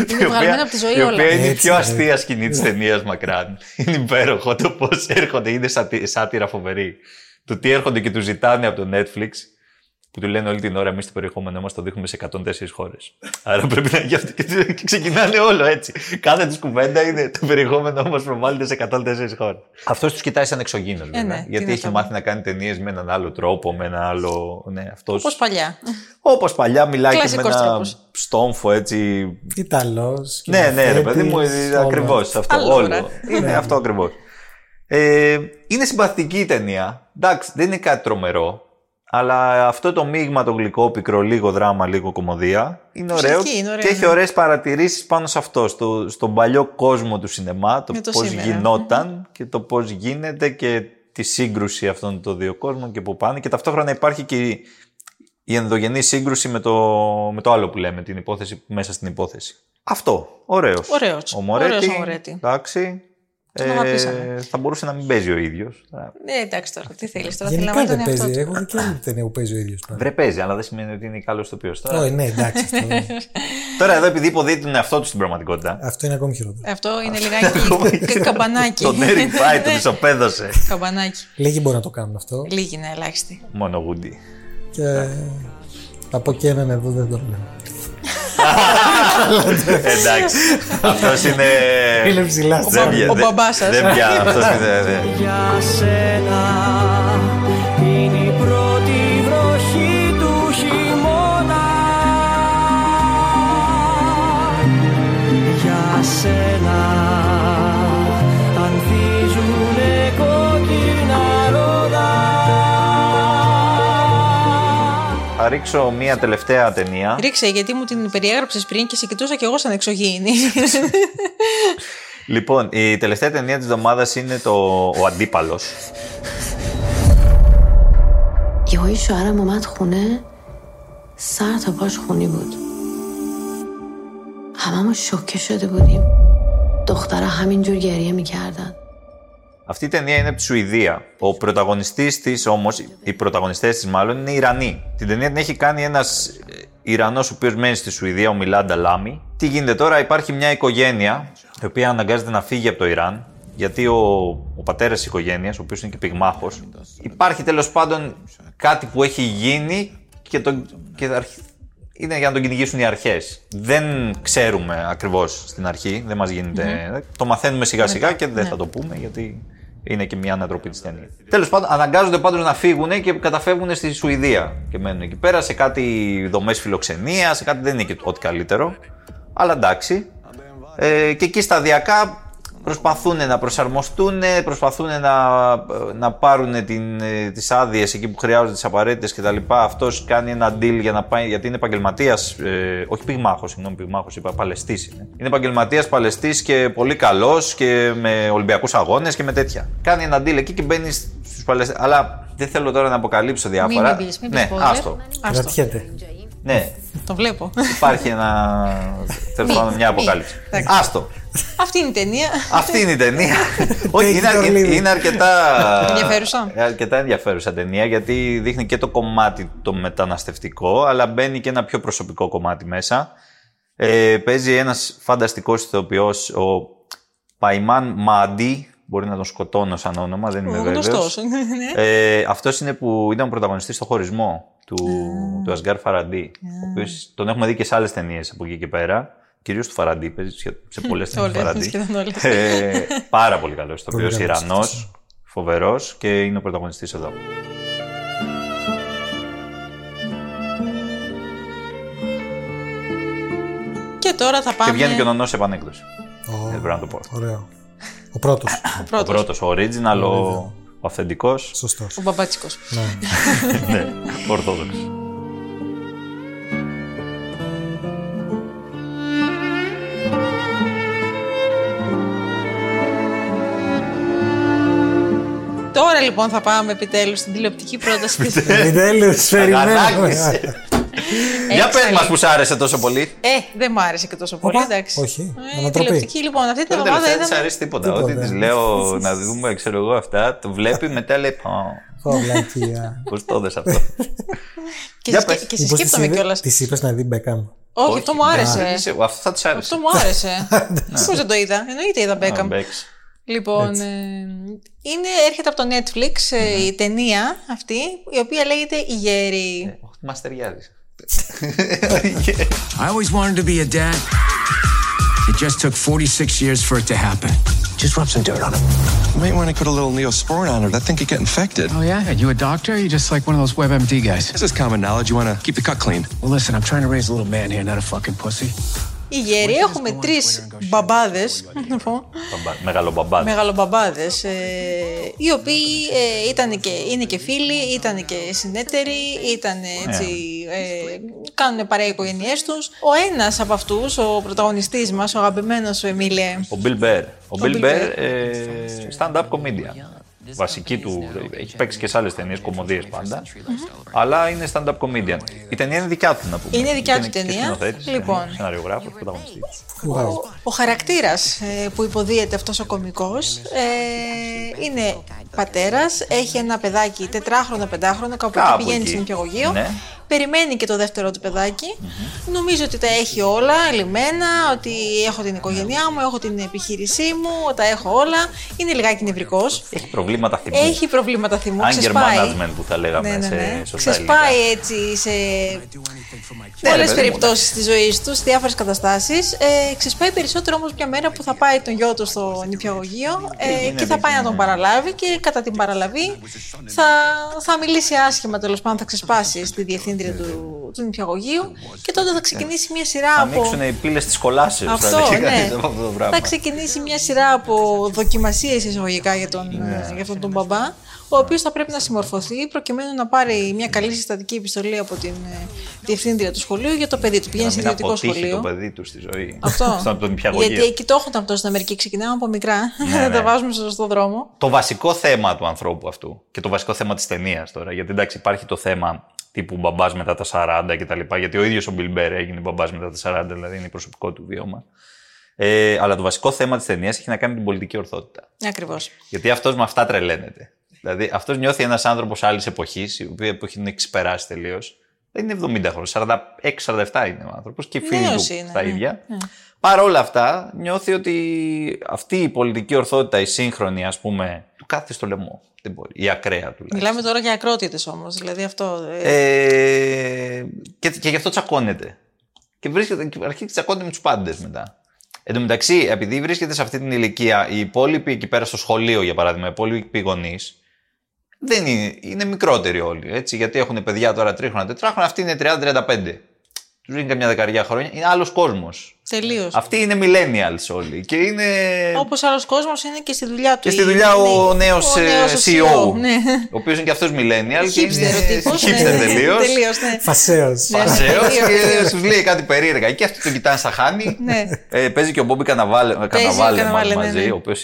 B: Είναι βγαλμένα από τη ζωή
A: η
B: όλα.
A: οποία είναι η
C: Έτσι,
A: πιο
C: ναι.
A: αστεία σκηνή της ταινίας μακράν. Είναι υπέροχο το πώς έρχονται, είναι σατι- σάτυρα φοβερή. Το τι έρχονται και τους ζητάνε από το Netflix, που του λένε όλη την ώρα εμείς το περιεχόμενό μας το δείχνουμε σε 104 χώρες. Άρα πρέπει να γι' αυτό και και ξεκινάνε όλο έτσι. Κάθε τη κουβέντα είναι το περιεχόμενό μας προβάλλεται σε 104 χώρες. Αυτός τους κοιτάει σαν εξωγήινος, βέβαια.
B: ναι, τι
A: γιατί
B: να
A: έχει
B: κάνουμε.
A: μάθει να κάνει ταινίες με έναν άλλο τρόπο, με ένα άλλο. Ναι, αυτός...
B: Πώς παλιά.
A: Όπως παλιά μιλάει και με
B: Κλασικός
A: ένα
B: τρόπος.
A: στόμφο έτσι.
C: Ιταλός.
A: Ναι, ναι, ρε παιδί μου,
C: ε,
A: ακριβώς αυτό.
B: Άλλο,
A: Όλο.
B: ρε.
A: Είναι αυτό ακριβώς. είναι συμπαθητική η ταινία. Εντάξει, δεν είναι κάτι τρομερό. Αλλά αυτό το μείγμα το γλυκό, πικρό, λίγο δράμα, λίγο κομμωδία είναι
B: Ψυχική,
A: ωραίο.
B: είναι ωραίο,
A: και έχει
B: ναι.
A: ωραίες παρατηρήσεις πάνω σε αυτό, στο, στον παλιό κόσμο του σινεμά, το,
B: Με το
A: πώς
B: σήμερα.
A: γινόταν και το πώς γίνεται και τη σύγκρουση αυτών των δύο κόσμων και που πάνε. Και ταυτόχρονα υπάρχει και η- η ενδογενή σύγκρουση με το, με το άλλο που λέμε, την υπόθεση μέσα στην υπόθεση. Αυτό. Ωραίος.
B: Ωραίος.
A: Ο Μωρέτη.
B: Ωραίος ο Μωρέτη.
A: Εντάξει. ε,
B: Τον αγαπήσαμε.
A: θα μπορούσε να μην παίζει ο ίδιος.
B: Ναι, εντάξει τώρα, τι θέλεις τώρα. θέλει να
C: Γενικά
B: βάλει τον
C: δεν
B: εαυτό
C: παίζει. ε.
B: του.
C: Έχω δει και άλλη ταινία που παίζει ο ίδιος.
A: Βρε παίζει, αλλά δεν σημαίνει ότι είναι καλός ηθοποιό. Τώρα,
C: Όχι, ναι, εντάξει. αυτό-
A: τώρα εδώ επειδή υποδίδει τον εαυτό του στην πραγματικότητα.
C: Αυτό είναι ακόμη χειρότερο.
B: Αυτό είναι λιγάκι κα- καμπανάκι.
A: τον έριξε, τον
B: Ναι,
A: ισοπαίδωσε.
B: (laughs) Καμπανάκι.
C: Λίγοι μπορούν να το κάνουν αυτό.
B: Λίγοι είναι ελάχιστοι.
A: Μόνο γούντι.
C: Και Θα πω και έναν εδώ, δεν το λέω.
A: Εντάξει. Αυτός είναι.
C: Είναι ψηλά
B: Ο
C: στην
B: μπα-
A: Δεν βγαίνει.
B: ο μπαμπάς σας.
A: Δεν βγαίνει. Αυτός είναι- δεν-
D: Για σένα είναι η πρώτη βροχή του χειμώνα Για σένα ανθίζουνε κόκκινα ρόδα
A: Θα ρίξω μία τελευταία ταινία.
B: Ρίξε, γιατί μου την περιέγραψες πριν και σε κοιτούσα κι εγώ σαν εξωγήινη.
A: Λοιπόν, η τελευταία ταινία της εβδομάδας είναι το «Ο Αντίπαλος».
J: یه های شوهرم اومد خونه سر تا پاش خونی بود هممون شوکه شده بودیم دخترها همینجور گریه میکردن
A: Αυτή η ταινία είναι από τη Σουηδία. Ο πρωταγωνιστής της όμως, οι πρωταγωνιστές της μάλλον, είναι Ιρανοί. Την ταινία την έχει κάνει ένας ε, Ιρανός ο οποίος μένει στη Σουηδία, ο Μιλάντα Λάμι. Τι γίνεται τώρα, υπάρχει μια οικογένεια η οποία αναγκάζεται να φύγει από το Ιράν γιατί ο, ο πατέρας της οικογένειας, ο οποίος είναι και πυγμάχος, υπάρχει τέλος πάντων κάτι που έχει γίνει και, τον, και αρχι- είναι για να τον κυνηγήσουν οι αρχές. Δεν ξέρουμε ακριβώς στην αρχή, δεν μας γινεται Το μαθαίνουμε σιγά σιγά και δεν θα το πούμε γιατί είναι και μια ανατροπή της ταινίας. Τέλος πάντων, αναγκάζονται πάντως να φύγουν και καταφεύγουν στη Σουηδία και μένουν εκεί πέρα σε κάτι δομές φιλοξενίας, σε κάτι δεν είναι και ό,τι καλύτερο. Αλλά εντάξει. Ε, και εκεί σταδιακά προσπαθούν να προσαρμοστούν, προσπαθούν να, να πάρουν την, ε, τις άδειες εκεί που χρειάζονται τις απαραίτητες κτλ. Αυτός κάνει ένα deal για να πάει, γιατί είναι επαγγελματίας, ε, όχι πυγμάχος, συγγνώμη πυγμάχος, είπα παλαιστής είναι. Είναι επαγγελματίας παλαιστής και πολύ καλός και με Ολυμπιακούς αγώνες και με τέτοια. Κάνει ένα deal εκεί και μπαίνει στους παλαιστές, αλλά δεν θέλω τώρα να αποκαλύψω διάφορα.
B: μην πεις, μην πεις
A: ναι,
B: spoiler.
A: άστο.
B: Άστο,
C: Κρατιέται.
A: Ναι,
B: το βλέπω.
A: υπάρχει
B: (laughs)
A: ένα, τέλος
B: Μη,
A: πάντων, μια
B: μη.
A: αποκάλυψη.
B: Εντάξει.
A: Άστο.
B: Αυτή είναι η ταινία.
A: Αυτή είναι η ταινία. Όχι,
C: Take
A: είναι,
C: it or
A: αρκε-
C: leave it.
A: είναι αρκετά.
B: Ενδιαφέρουσα.
A: ε, αρκετά ενδιαφέρουσα ταινία γιατί δείχνει και το κομμάτι το μεταναστευτικό, αλλά μπαίνει και ένα πιο προσωπικό κομμάτι μέσα. Ε, παίζει ένας φανταστικός ηθοποιός, ο Παϊμάν Μάντι. Μπορεί να τον σκοτώνω σαν όνομα, δεν είμαι
B: Ο
A: βέβαιο.
B: (laughs) γνωστός. Ναι.
A: Ε, Αυτός είναι που ήταν ο πρωταγωνιστής στο χωρισμό του, του Ασγκάρ Φαραντί. Ο οποίος, τον έχουμε δει και σε άλλες ταινίες από εκεί και πέρα. Κυρίως του Φαραντί, παίζει σε, σε πολλές ταινίε.
B: (laughs) Όλες, ναι, σχεδόν όλες.
A: Ε, πάρα πολύ καλός
C: Πολύ
A: ηθοποιό.
C: καλός
A: Ιρανός, φοβερός και είναι ο πρωταγωνιστής εδώ.
B: Και τώρα θα
A: Και
B: πάμε.
A: βγαίνει και ο Νονός σε επανέκδοση.
C: Ω,
A: Δεν πρέπει να το πω.
C: Ωραίο. Ο πρώτος,
B: ο
A: Ο
B: πρώτος,
A: πρώτο, ο original, ο, ο αυθεντικός,
C: σωστός.
B: ο μπαμπάτσικος.
C: (laughs) Ναι.
A: ναι, ορθόδοξος.
B: Τώρα λοιπόν θα πάμε επιτέλους στην τηλεοπτική πρόταση της...
C: Επιτέλους, περιμένουμε.
A: Αγανάκτησε. Για πες μας που σ' άρεσε τόσο πολύ.
B: Ε, δεν μ' άρεσε και τόσο πολύ,
C: Οπα,
B: εντάξει.
C: όχι,
B: Ε,
C: ανατροπή.
B: τηλεοπτική λοιπόν, αυτή την
A: Τώρα
B: εβδομάδα
A: τελευταία δεν της
B: είδαμε...
A: ε, αρέσει τίποτα.
C: Τίποτα. ναι.
A: Ό,τι της λέω να δούμε, ξέρω εγώ αυτά, το βλέπει μετά λέει «Πω,
C: Φαουλακία.
A: πώς το δες
B: (laughs)
A: αυτό.
B: Και,
A: Για
B: συσκε-
A: πες.
B: και συσκέπτομαι κιόλας.
C: Της Λοιπόν, είπες να δει Μπέκαμ.
B: Όχι, αυτό μου άρεσε.
A: ναι, Είσαι- Αυτό θα της άρεσε.
B: Αυτό μου άρεσε. Πώς δεν το είδα. Εννοείται είδα
A: Α,
B: Μπέκαμ.
A: Μπέξ.
B: Λοιπόν, ε, είναι, έρχεται από το Netflix ε, η ταινία αυτή, η οποία λέγεται «Η Γέρη».
A: Οχ, Μας ταιριάζει.
F: I always wanted to be a dad. It just took 46 years for it to happen.
G: Just rub some dirt on him.
D: You might want to put a little neosporin on her. That thing could get infected.
F: Oh, yeah? Are you a doctor? Or you just like one of those WebMD guys?
D: This is common knowledge. You want to keep the cut clean.
F: Well, listen, I'm trying to raise a little man here, not a fucking pussy.
B: Οι γέροι έχουμε τρεις μπαμπάδες, να πω,
A: Μεγάλο
B: Ναι,
A: μπαμπάδι.
B: μεγαλομπαμπάδες, ε, οι οποίοι ε, ήταν και, είναι και φίλοι, ήταν και συνέτεροι, ήταν έτσι, ε, κάνουν παρέα οι οικογένειές τους. Ο ένας από αυτούς, ο πρωταγωνιστής μας, ο αγαπημένος σου Εμίλε,
A: Ο Bill Bear. Ο Bill
B: Bill
A: Bear, ε, stand-up comedian. Βασική του, έχει παίξει και σε άλλες ταινίες, κομμωδίες πάντα, αλλά είναι stand-up comedian. Η ταινία είναι δικιά του, να πούμε.
B: Είναι δικιά του
A: και
B: ταινία.
A: σκηνοθέτης,
B: Λοιπόν.
A: είναι Σεναριογράφος, πρωταγωνιστής.
C: Wow.
B: Ο χαρακτήρας ε, που υποδίεται αυτός ο κωμικός ε, είναι πατέρας, έχει ένα παιδάκι τετράχρονο, πεντάχρονο, κάπου,
A: Κάπου
B: εκεί πηγαίνει
A: εκεί.
B: στην νηπιαγωγείο.
A: Ναι.
B: Περιμένει και το δεύτερο του παιδακι Νομίζω ότι τα έχει όλα λυμμένα, ότι έχω την οικογένειά μου, έχω την επιχείρησή μου, τα έχω όλα. Είναι λιγάκι νευρικός.
A: Έχει προβλήματα θυμού.
B: Έχει προβλήματα θυμού,
A: Anger
B: ξεσπάει. Ναι,
A: management που θα λέγαμε σε σωστά
B: Ξεσπάει
A: ελληνικά.
B: έτσι σε
A: Ναι, ρε
B: Πολλέ
A: παιδί μου,
B: περιπτώσεις της ζωής τους, διάφορες καταστάσεις. Ε, ξεσπάει περισσότερο όμως μια μέρα που θα πάει τον γιο του στο νηπιαγωγείο ε, και θα πάει να τον
A: ναι.
B: παραλάβει και κατά την παραλαβή θα, θα μιλήσει άσχημα τέλος πάντων, θα ξεσπάσει στη διευθύντρια του, του νηπιαγωγείου και τότε θα ξεκινήσει μια σειρά
A: Θα
B: από.
A: ανοίξουν οι πύλες της κολάσεως.
B: Αυτό,
A: θα λέγαμε,
B: ναι.
A: (laughs) από αυτό το πράγμα.
B: Θα ξεκινήσει μια σειρά από δοκιμασίες εισαγωγικά για, τον,
A: Ναι.
B: για αυτόν τον μπαμπά, ο οποίος θα πρέπει να συμμορφωθεί προκειμένου να πάρει μια καλή συστατική επιστολή από την ε, διευθύντρια του σχολείου για το παιδί του. Πηγαίνει σε
A: να μην
B: ιδιωτικό
A: αποτύχει
B: σχολείο.
A: το παιδί του στη ζωή.
B: Αυτό.
A: (laughs) Στον τον νηπιαγωγείο.
B: Γιατί εκεί το έχουν αυτό στην Αμερική. Ξεκινάμε από μικρά.
A: Ναι,
B: (laughs) τα
A: ναι.
B: βάζουμε στο σωστό δρόμο.
A: Το βασικό θέμα του ανθρώπου αυτού και το βασικό θέμα της ταινίας τώρα. Γιατί εντάξει, υπάρχει το θέμα τύπου μπαμπάς μετά τα 40 κτλ. Γιατί ο ίδιος ο Μπιλμπέρ έγινε μπαμπάς μετά τα 40, δηλαδή είναι προσωπικό του βίωμα. Ε, αλλά το βασικό θέμα της ταινίας έχει να κάνει με την πολιτική ορθότητα.
B: Ακριβώς.
A: Γιατί αυτός με αυτά τρελαίνεται. Δηλαδή, αυτός νιώθει ένας άνθρωπος άλλης εποχής, η οποία εποχή την έχει ξεπεράσει τελείως. Δεν είναι 70 χρόνια, 46-47 είναι ο άνθρωπος και οι φίλοι
B: Νέος
A: του
B: είναι,
A: τα
B: ναι,
A: ίδια. Παρ' όλα αυτά, νιώθει ότι αυτή η πολιτική ορθότητα, η σύγχρονη, ας πούμε, του κάθε στο λαιμό. Δεν μπορεί. Η ακραία δηλαδή. τουλάχιστον.
B: Μιλάμε τώρα για ακρότητες όμως. Δηλαδή αυτό. ε,
A: Ε, και, και γι' αυτό τσακώνεται. Και, βρίσκεται, και αρχίζει και τσακώνεται με τους πάντες μετά. Εν τω μεταξύ, επειδή βρίσκεται σε αυτή την ηλικία, οι υπόλοιποι εκεί πέρα στο σχολείο, για παράδειγμα, οι υπόλοιποι γονεί, δεν είναι, είναι μικρότεροι όλοι. Έτσι, γιατί έχουν παιδιά τώρα τρίχρονα, τετράχρονα, αυτοί είναι 30-35. Του δίνει καμιά δεκαριά χρόνια. Είναι άλλος κόσμος.
B: Τελείως.
A: Αυτοί είναι millennials όλοι. Και είναι.
B: Όπως άλλος κόσμος είναι και στη δουλειά του.
A: Και στη δουλειά ο ε, νέο CEO.
B: Ναι.
A: E Ο οποίος είναι και αυτός millennial. και
B: Χίπστερ ο
A: είναι
B: τύπο.
A: Χίπστερ τελείως.
B: Τελείως, ναι.
C: Φασαίο.
B: Ναι.
A: Πασέω
B: Τελείως.
A: και σου λέει κάτι περίεργα. Και αυτοί τον κοιτάνε στα χάνη.
B: Ναι.
A: Ε, παίζει και ο Μπόμπι Καναβάλε,
B: ο
A: καναβάλε
B: Καναβάλε, ναι,
A: μαζί,
B: ναι.
A: ο οποίος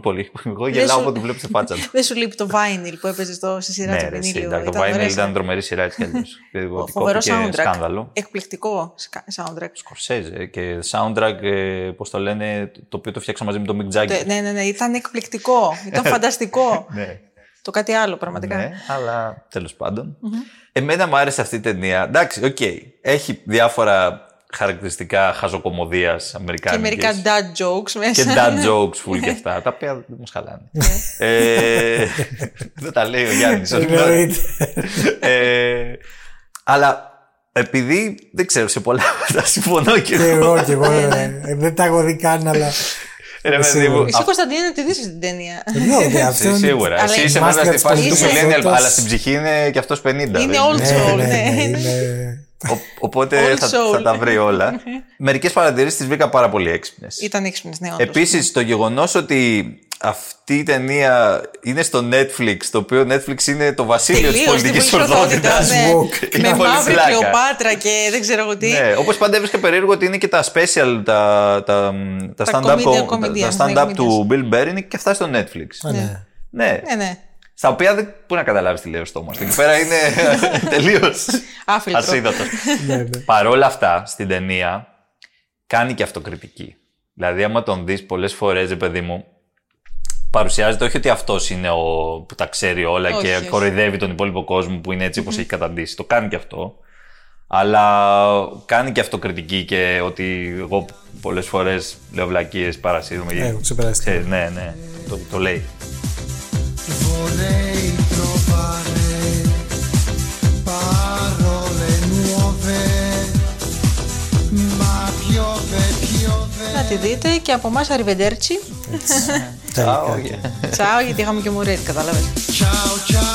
A: (laughs) πολύ. Εγώ γελάω
B: σου-
A: όταν βλέπει τη φάτσα του.
B: Δεν σου λείπει το vinyl που έπαιζε στο- στη (laughs) σειρά
A: Ναι,
B: του
A: ρε, εσύ,
B: Βινίλιο.
A: εντάξει, το
B: ωραίος
A: Vinyl ήταν
B: σαν-
A: τρομερή σειρά έτσι κι
B: (laughs)
A: αλλιώς. Περιβοτικό
B: Φοβερό
A: και
B: soundtrack.
A: σκάνδαλο.
B: Εκπληκτικό σκα- soundtrack.
A: Σκορσέζε και soundtrack, πώς το λένε, το οποίο το φτιάξα μαζί με τον Mick
B: Τε-
A: Jagger.
B: Ναι, ναι, ναι, ήταν εκπληκτικό. Ήταν φανταστικό.
A: Ναι.
B: Το κάτι άλλο πραγματικά.
A: Ναι, αλλά τέλος Εμένα μου άρεσε αυτή η ταινία. Εντάξει, οκ. Έχει διάφορα χαρακτηριστικά χαζοκομωδίας
B: Και
A: αμερικάνικης.
B: μερικά dad jokes μέσα. (laughs)
A: Και dad jokes full
B: Ναι.
A: και αυτά, τα οποία δεν μας χαλάνε. ε, δεν τα λέει ο Γιάννης. όχι τώρα.
C: Εννοείται.
A: ε, αλλά επειδή δεν ξέρω σε πολλά (laughs) τα συμφωνώ και
C: Και
A: εγώ.
C: εγώ και εγώ. ε, Δεν τα έχω δει καν, αλλά.
A: Ρε, παιδί
C: σίγουρα.
A: μου,
B: Εσύ, Κωνσταντίνε, τη δεις την ταινία.
A: (laughs)
C: Ναι, και
A: αυτό-
C: αυτό. είναι-
A: Σίγουρα.
B: Αλλά
A: Εσύ είσαι
B: η
A: μέσα στη
C: μάσκα
A: φάση του
B: της
A: millennial,
C: παρελθόντος-
A: αλλά στην ψυχή είναι και αυτός 50.
B: Είναι
A: δεν
B: old
C: Ναι,
B: soul,
C: ναι,
B: ναι.
C: ναι, είναι-
A: Ο- Οπότε
B: (laughs) Old
A: θα,
B: soul.
A: θα τα βρει
B: (laughs)
A: όλα. Μερικές παρατηρήσεις τις βρήκα πάρα πολύ έξυπνες.
B: Ήταν έξυπνες, ναι, όντως.
A: Επίσης το γεγονός ότι αυτή η ταινία είναι στο Netflix, το οποίο Netflix είναι το βασίλειο της
B: Τελείως στην
A: πολιτικής
B: πολιτικότητα,
A: ορθότητας. (laughs)
B: ναι.
C: Woke.
A: Είναι
B: Με
A: πολύ
B: μαύρη
A: πλάκα.
B: Κλεοπάτρα και δεν ξέρω εγώ τι.
A: Ναι, όπως πάντα έβρισκα περίεργο ότι είναι και τα special, τα, τα, τα,
B: Τα
A: stand-up,
B: comedian,
A: co-
B: comedian,
A: τα, τα
B: ναι,
A: stand-up του Bill Burr είναι και αυτά στο Netflix.
C: Ναι.
A: Ναι.
B: Ναι, ναι.
A: Στα οποία δεν μπορεί να καταλάβεις τι λέει ο στόμα. Εκεί πέρα
B: (laughs)
A: είναι τελείως
B: Άφιλτρο.
A: ασίδωτο.
C: Ναι, ναι.
A: Παρ' όλα αυτά, στην ταινία κάνει και αυτοκριτική. Δηλαδή, άμα τον δεις πολλές φορές, ρε παιδί μου, παρουσιάζεται όχι ότι αυτός είναι ο που τα ξέρει όλα
B: Όχι,
A: και
B: όχι.
A: κοροϊδεύει τον υπόλοιπο κόσμο που είναι έτσι όπως έχει καταντήσει. Το κάνει και αυτό. Αλλά κάνει και αυτοκριτική και ότι εγώ πολλές φορές λέω βλακίες, παρασύρουμε.
C: Ναι, Έχω ξεπεραστεί.
A: Ξέρεις, ναι, ναι, το, το- το λέει.
D: Vorrei trovare parole nuove, ma piove, piove.
B: Να τη δείτε και από εμάς Αριβεντέρτσι.
C: Τελικά.
A: Α, όχι.
B: Τσάω, γιατί είχαμε και μουρέτη, κατάλαβες.
D: Ciao, ciao.